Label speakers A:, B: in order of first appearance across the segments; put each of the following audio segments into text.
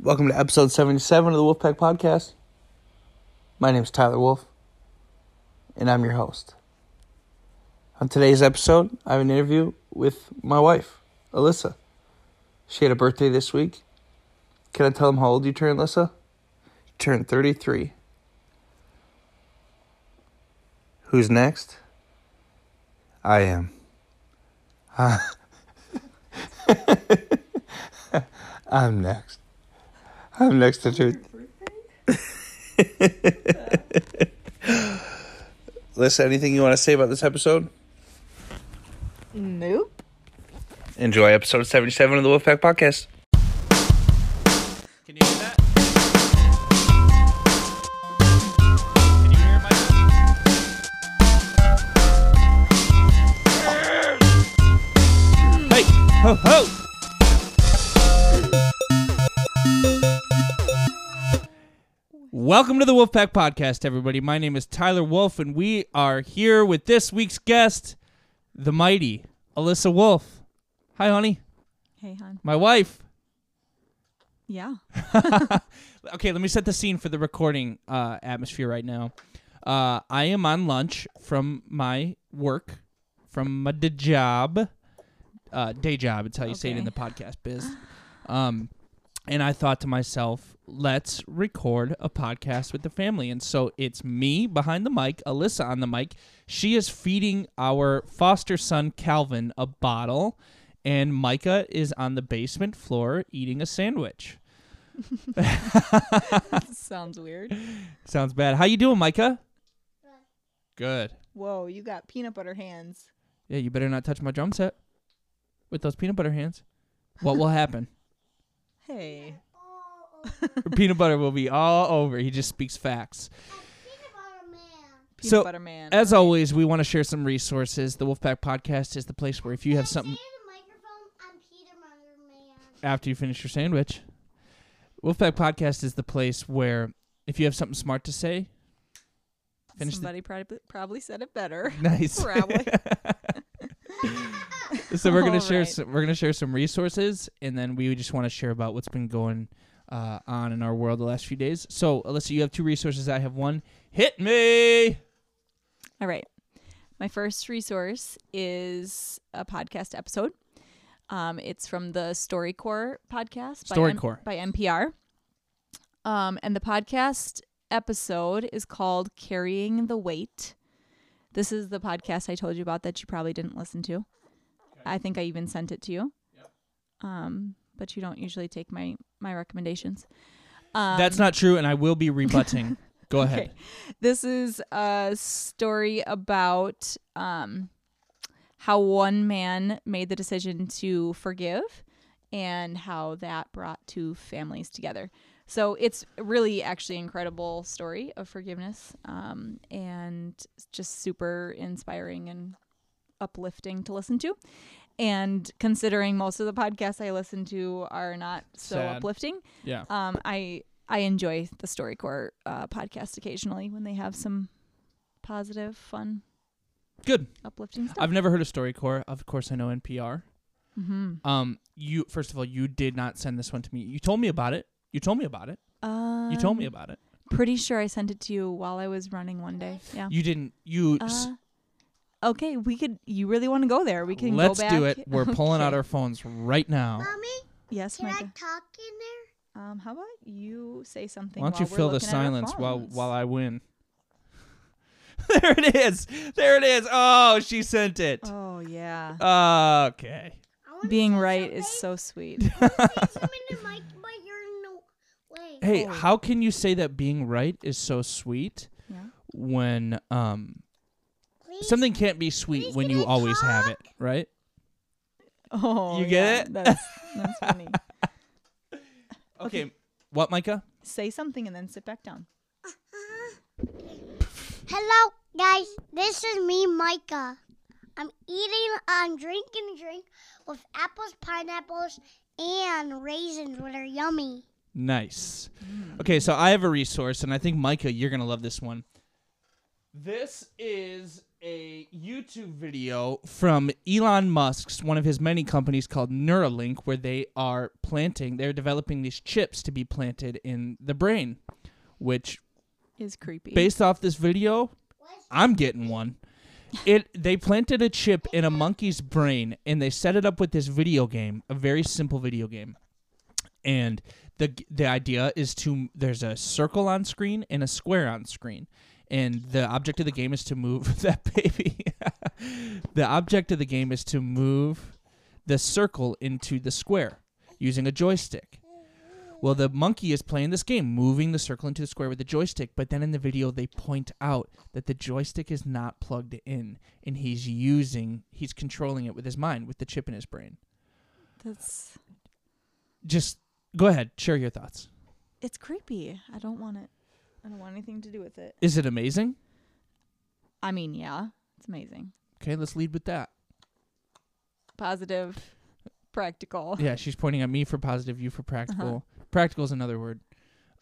A: Welcome to episode 77 of the Wolfpack Podcast. My name is Tyler Wolf, and I'm your host. On today's episode, I have an interview with my wife, Alyssa. She had a birthday this week. Can I tell them how old you turned, Alyssa? You turned 33. Who's next? I am. I'm next. I'm next to truth. Alyssa, anything you want to say about this episode?
B: Nope.
A: Enjoy episode 77 of the Wolfpack Podcast.
C: Can you hear that? Can you hear my Hey! Ho ho! Welcome to the Wolfpack Podcast, everybody. My name is Tyler Wolf, and we are here with this week's guest, the mighty Alyssa Wolf. Hi, honey.
B: Hey, hon.
C: My wife.
B: Yeah.
C: okay, let me set the scene for the recording uh, atmosphere right now. Uh, I am on lunch from my work, from my d- job, uh, day job. It's how you say it
B: Okay.
C: in the podcast biz. Um, and I thought to myself, let's record a podcast with the family. And so it's me behind the mic, Alyssa on the mic. She is feeding our foster son, Calvin, a bottle, and Micah is on the basement floor eating a sandwich.
B: Sounds weird.
C: Sounds bad. How you doing, Micah? Good.
B: Whoa, you got peanut butter hands.
C: Yeah, you better not touch my drum set with those peanut butter hands. What will happen?
B: Hey.
C: peanut butter will be all over. He just speaks facts.
B: Peanut
C: So,
B: butter man.
C: As always, we want to share some resources. The Wolfpack Podcast is the place where if you have something after you finish your sandwich, Wolfpack Podcast is the place where if you have something smart to say, finish the-
B: Somebody probably probably said it better.
C: nice.
B: probably.
C: so we're gonna
B: All
C: share
B: right.
C: some, we're gonna share some resources, and then we just want to share about what's been going uh, on in our world the last few days. So Alyssa, you have two resources. I have one. Hit me.
B: All right. My first resource is a podcast episode. Um, it's from the StoryCorps podcast
C: StoryCorps.
B: by, N- by NPR. Um, and the podcast episode is called Carrying the Weight. This is the podcast I told you about that you probably didn't listen to. I think I even sent it to you. Um, but you don't usually take my, my recommendations. Um,
C: That's not true, and I will be rebutting. Go ahead.
B: this is a story about um, how one man made the decision to forgive and how that brought two families together. So it's really actually incredible story of forgiveness um, and just super inspiring and uplifting to listen to. And considering most of the podcasts I listen to are not so
C: Sad.
B: uplifting,
C: Yeah.
B: um, I I enjoy the StoryCorps uh, podcast occasionally when they have some positive, fun,
C: Good.
B: uplifting stuff.
C: I've never heard of StoryCorps. Of course, I know NPR.
B: mm-hmm.
C: Um, you first of all, you did not send this one to me. You told me about it. You told me about it.
B: um,
C: You told me about it.
B: Pretty sure I sent it to you while I was running one day. Yeah.
C: You didn't. You. s-
B: Uh, okay, we could. You really want to go there? We can.
C: let's
B: go
C: do
B: back.
C: it. We're pulling out
B: Okay.
C: our phones right now.
D: Mommy,
B: Yes,
D: can I
B: Micah.
D: talk in there?
B: Um, how about you say something?
C: Why don't you
B: while we're
C: fill the
B: looking at our
C: silence while
B: phones?
C: while I win? there it is. There it is. Oh, she sent it.
B: Oh yeah. Oh.
C: okay.
D: I wanna
B: Being
D: say
B: right is so
D: something.
B: sweet.
D: Say something to Mike, but you're no way.
C: Hey,
B: Oh.
C: how can you say that being right is so sweet
B: Yeah.
C: when um
D: Please.
C: something can't be sweet
D: please
C: when
D: can
C: you
D: I
C: always have it,
D: talk?
C: right?
B: Oh,
C: You get
B: yeah,
C: it?
B: That's that's funny.
C: Okay. What, Micah?
B: Say something and then sit back down.
D: Hello, guys. This is me, Micah. I'm eating, I'm drinking drink with apples, pineapples, and raisins, which are yummy.
C: Nice. Okay, so I have a resource, and I think Micah, you're gonna love this one. This is a YouTube video from Elon Musk's one of his many companies called Neuralink, where they are planting, they're developing these chips to be planted in the brain, which
B: Is creepy.
C: based off this video, I'm getting one. It they planted a chip in a monkey's brain and they set it up with this video game, a very simple video game. And the g- the idea is to there's a circle on screen and a square on screen. And the object of the game is to move that baby. the object of the game is to move the circle into the square using a joystick. Well, the monkey is playing this game, moving the circle into the square with the joystick, but then in the video they point out that the joystick is not plugged in and he's using he's controlling it with his mind with the chip in his brain.
B: That's
C: Just go ahead, share your thoughts.
B: it's creepy. I don't want it. I don't want anything to do with it.
C: Is it amazing?
B: I mean, yeah, it's amazing.
C: Okay, let's lead with that.
B: Positive, practical.
C: Yeah, she's pointing at me for positive, you for practical. Practical is another word.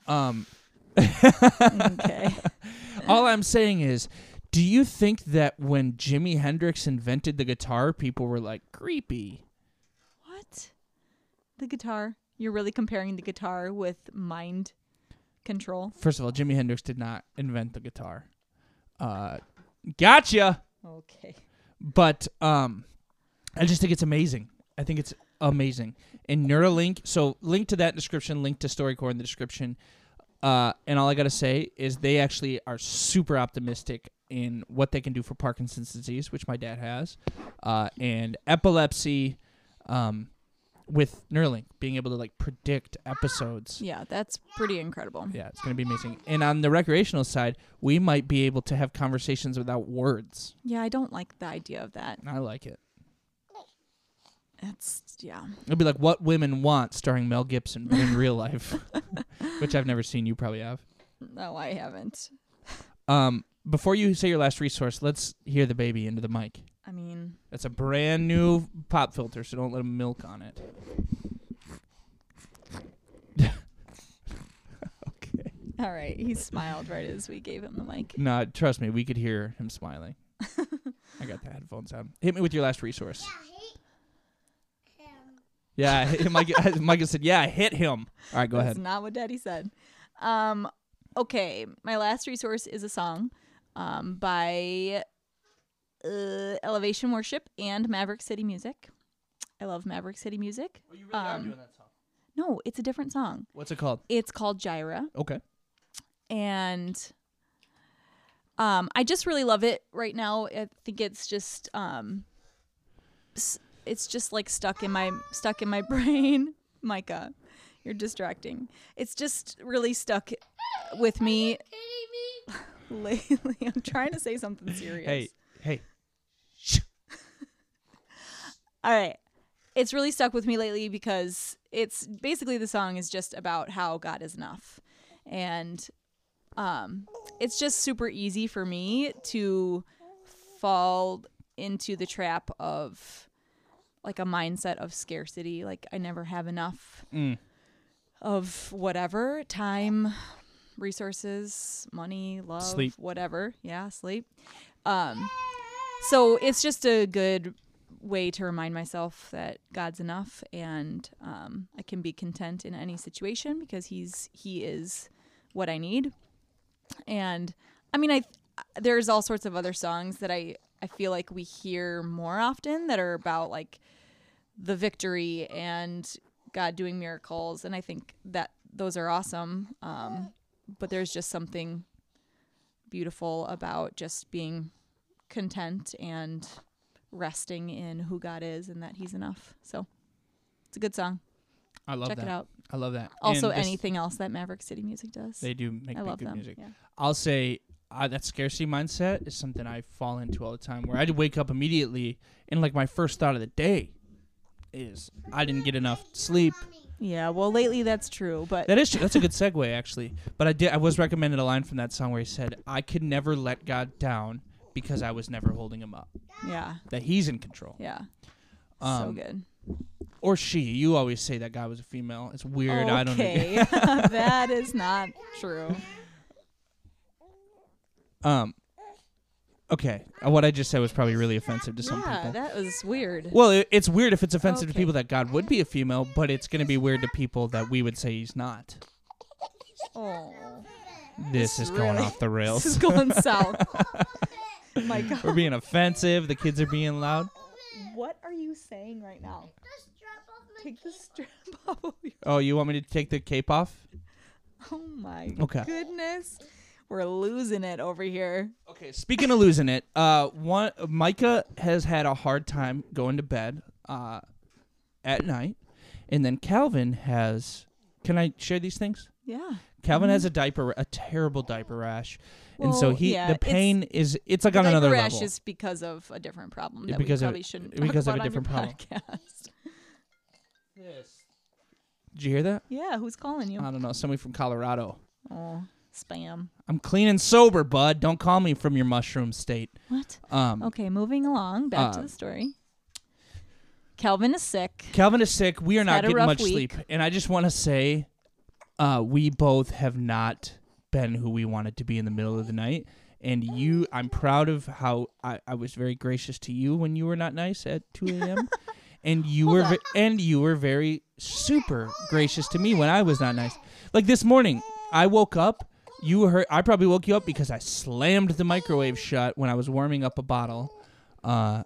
C: Um
B: okay.
C: All I'm saying is, do you think that when Jimi Hendrix invented the guitar, people were like creepy?
B: What? The guitar. You're really comparing the guitar with mind control.
C: First of all, Jimi Hendrix did not invent the guitar. Uh, gotcha.
B: Okay.
C: But um, I just think it's amazing. I think it's amazing. And Neuralink. So link to that description. Link to StoryCore in the description. Uh, and all I gotta say is they actually are super optimistic in what they can do for Parkinson's disease, which my dad has, uh, and epilepsy. Um, with Neuralink being able to like predict episodes.
B: Yeah, that's pretty incredible.
C: Yeah, it's going to be amazing. And on the recreational side, we might be able to have conversations without words.
B: Yeah, I don't like the idea of that.
C: And I like it.
B: That's yeah.
C: It'll be like What Women Want, starring Mel Gibson, but in real life, which I've never seen. You probably have.
B: No, I haven't.
C: Um, before you say your last resource, let's hear the baby into the mic.
B: I mean,
C: That's a brand new pop filter, so don't let him milk on it. okay.
B: all right. He smiled right as we gave him the mic.
C: No, trust me, we could hear him smiling. I got the headphones on. Hit me with your last resource.
D: I hate him.
C: Yeah, I- Mike, Mike said, "Yeah, I hit him." All right, go
B: That's
C: ahead.
B: not what Daddy said. Um, okay, my last resource is a song um, by uh, Elevation Worship and Maverick City Music. I love Maverick City Music. um, No, it's a different song.
C: What's it called?
B: It's called Gyra,
C: Okay.
B: and um, I just really love it right now. I think it's just um, s- it's just like stuck in my stuck in my brain. Micah, you're distracting. It's just really stuck with me
D: Kidding me?
B: lately. I'm trying to say something serious.
C: Hey, hey.
B: All right. It's really stuck with me lately because it's basically the song is just about how God is enough. And um it's just super easy for me to fall into the trap of like a mindset of scarcity, like I never have enough
C: Mm.
B: of whatever, time, resources, money, love,
C: Sleep.
B: whatever. Yeah, sleep. Um so it's just a good way to remind myself that God's enough and um, I can be content in any situation because he's he is what I need. And I mean I there's all sorts of other songs that I I feel like we hear more often that are about like the victory and God doing miracles and I think that those are awesome. Um, but there's just something beautiful about just being content and resting in who God is and that He's enough. So it's a good song.
C: I love
B: Check
C: that.
B: it out.
C: I love that.
B: Also,
C: And this-
B: anything else that Maverick City Music does,
C: they do make,
B: I
C: make
B: love
C: good
B: them.
C: music.
B: Yeah.
C: I'll say uh, that scarcity mindset is something I fall into all the time, where I wake up immediately and like my first thought of the day is I didn't get enough sleep.
B: yeah. Well, lately that's true, but
C: That is true. That's a good segue, actually. But I did. I was recommended a line from that song where he said, "I could never let God down because I was never holding him up.
B: yeah,
C: That He's in control."
B: yeah, so
C: Um,
B: good.
C: or she. You always say that guy was a female. It's weird. I don't know.
B: okay, that is not true.
C: Um, Okay, uh, what I just said was probably really offensive to some
B: yeah,
C: people.
B: that was weird.
C: well, it, it's weird if it's offensive to
B: Okay.
C: people that God would be a female, but it's going to be weird to people that we would say he's not.
B: Oh,
C: This is going
B: really-
C: off the
B: this is
C: rails.
B: going south. My God,
C: We're being offensive. The kids are being loud.
B: what are you saying right now? Take the strap off.
C: Oh, you want me to take the cape off?
B: Oh my
C: Okay.
B: goodness, we're losing it over here.
C: Okay, speaking of losing it, uh, one Micah has had a hard time going to bed uh, at night, and then Calvin has. Can I share these things?
B: Yeah.
C: Calvin has a diaper, a terrible diaper rash, and
B: Mm-hmm.
C: so
B: Well,
C: he
B: yeah,
C: the
B: it's-
C: pain is it's like on
B: diaper
C: another
B: rash
C: level.
B: is because of a different problem
C: Yeah,
B: that
C: because
B: we
C: of-
B: probably shouldn't talk
C: because of
B: about
C: a
B: on your
C: different problem.
B: podcast.
C: Did you hear that?
B: yeah, who's calling you?
C: I don't know. Somebody from Colorado.
B: oh, spam.
C: I'm clean and sober, bud. Don't call me from your mushroom state.
B: What?
C: Um,
B: Okay, moving along back to
C: Uh,
B: the story. Calvin is sick.
C: Calvin is sick. We are
B: He's
C: not
B: had a
C: getting
B: rough
C: much
B: week.
C: sleep. And I just want to say uh, we both have not been who we wanted to be in the middle of the night. And you, I'm proud of how I, I was very gracious to you when you were not nice at 2 a.m. and you were ve- and you were very super gracious to me when I was not nice. Like this morning, I woke up. You heard. I probably woke you up because I slammed the microwave shut when I was warming up a bottle. Uh,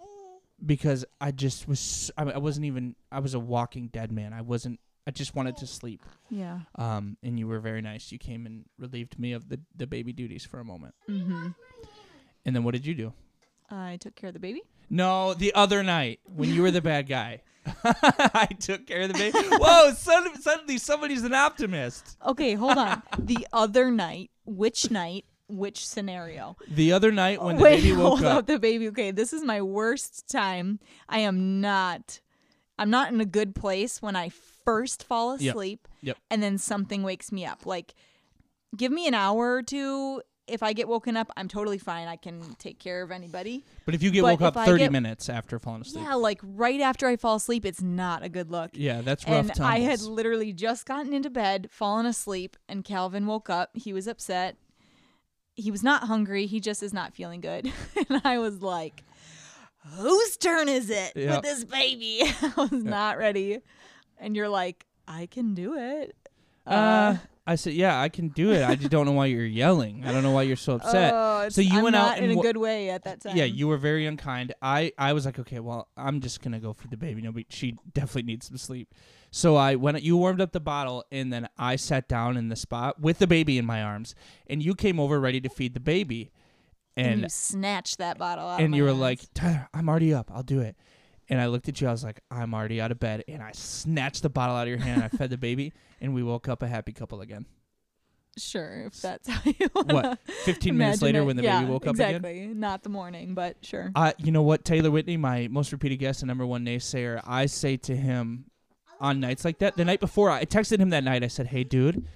C: because I just was I, I wasn't even I was a walking dead man. I wasn't I just wanted to sleep.
B: Yeah.
C: Um and you were very nice. You came and relieved me of the the baby duties for a moment.
B: Mm-hmm.
C: And then what did you do?
B: I took care of the baby.
C: No, the other night when you were the bad guy. I took care of the baby. Whoa, suddenly, suddenly somebody's an optimist.
B: Okay, hold on. the other night, which night, which scenario?
C: The other night when the
B: Wait,
C: baby woke
B: hold
C: up.
B: up. The baby. Okay, this is my worst time. I am not. I'm not in a good place when I first fall
C: Yep.
B: asleep.
C: Yep.
B: And then something wakes me up. Like, give me an hour or two. If I get woken up, I'm totally fine. I can take care of anybody.
C: But if you get
B: But
C: woke up
B: if I
C: 30
B: get-
C: minutes after falling asleep.
B: Yeah, like right after I fall asleep, it's not a good look.
C: Yeah, that's rough
B: and I
C: tumbles.
B: had literally just gotten into bed, fallen asleep, and Calvin woke up. He was upset. He was not hungry. He just is not feeling good. and I was like, whose turn is it
C: Yeah.
B: with this baby? I was not ready. And you're like, I can do it. Uh-huh.
C: Uh, I said, yeah, I can do it. I just don't know why you're yelling. I don't know why you're so upset.
B: Oh, it's-
C: so you
B: I'm
C: went
B: not
C: out
B: in
C: and
B: a
C: wa-
B: good way at that time.
C: yeah, you were very unkind. I I was like, okay, well, I'm just gonna go feed the baby. No, but she definitely needs some sleep. So I went. You warmed up the bottle, and then I sat down in the spot with the baby in my arms, and you came over ready to feed the baby,
B: and
C: and
B: you snatched that bottle out. of
C: and
B: my
C: you were
B: hands.
C: like, Tyler, I'm already up. I'll do it. And I looked at you. I was like, I'm already out of bed. And I snatched the bottle out of your hand. I fed the baby, and we woke up a happy couple again.
B: sure, if that's how you want
C: What? 15 minutes later, when the baby woke up again.
B: exactly. Not the morning, but sure.
C: I, you know what, Taylor Whitney, my most repeated guest and number one naysayer, I say to him on nights like that, the night before, I texted him that night. I said, "Hey, dude,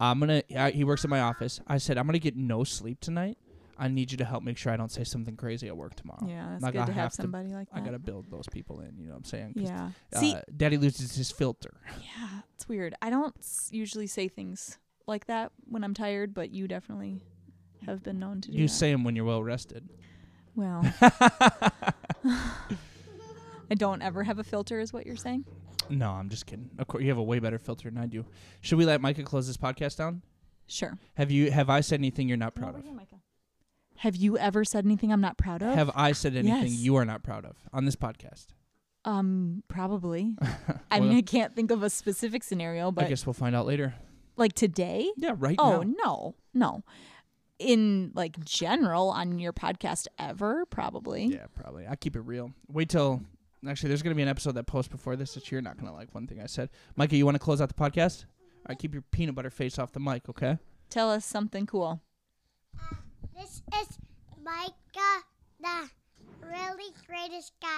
C: I'm gonna." I, he works at my office. I said, "I'm gonna get no sleep tonight. I need you to help make sure I don't say something crazy at work tomorrow."
B: yeah, it's
C: Like,
B: good
C: I
B: to
C: have
B: have
C: to-
B: somebody like
C: I
B: that.
C: gotta build those people in. You know what I'm saying? 'Cause,
B: yeah.
C: uh,
B: See,
C: Daddy loses his filter.
B: yeah, it's weird. I don't s- usually say things like that when I'm tired, but you definitely have been known to do
C: You
B: that.
C: say him when you're well rested.
B: well, I don't ever have a filter, is what you're saying?
C: No, I'm just kidding. Of course, you have a way better filter than I do. Should we let Micah close this podcast down?
B: Sure.
C: Have you? Have I said anything you're not proud of?
B: Have you ever said anything I'm not proud of?
C: Have I said anything
B: Yes.
C: you are not proud of on this podcast?
B: um, probably. I
C: Well,
B: mean, I can't think of a specific scenario,
C: I
B: but
C: guess we'll find out later.
B: like today.
C: Yeah, right
B: Oh
C: now.
B: no, no. In like general on your podcast ever, probably.
C: Yeah, probably. I keep it real. Wait till actually. There's gonna be an episode that posts before this that you're not gonna like. One thing I said, Micah. You want to close out the podcast? All right, keep your peanut butter face off the mic, okay?
B: Tell us something cool.
D: This is Micah, the really greatest guy.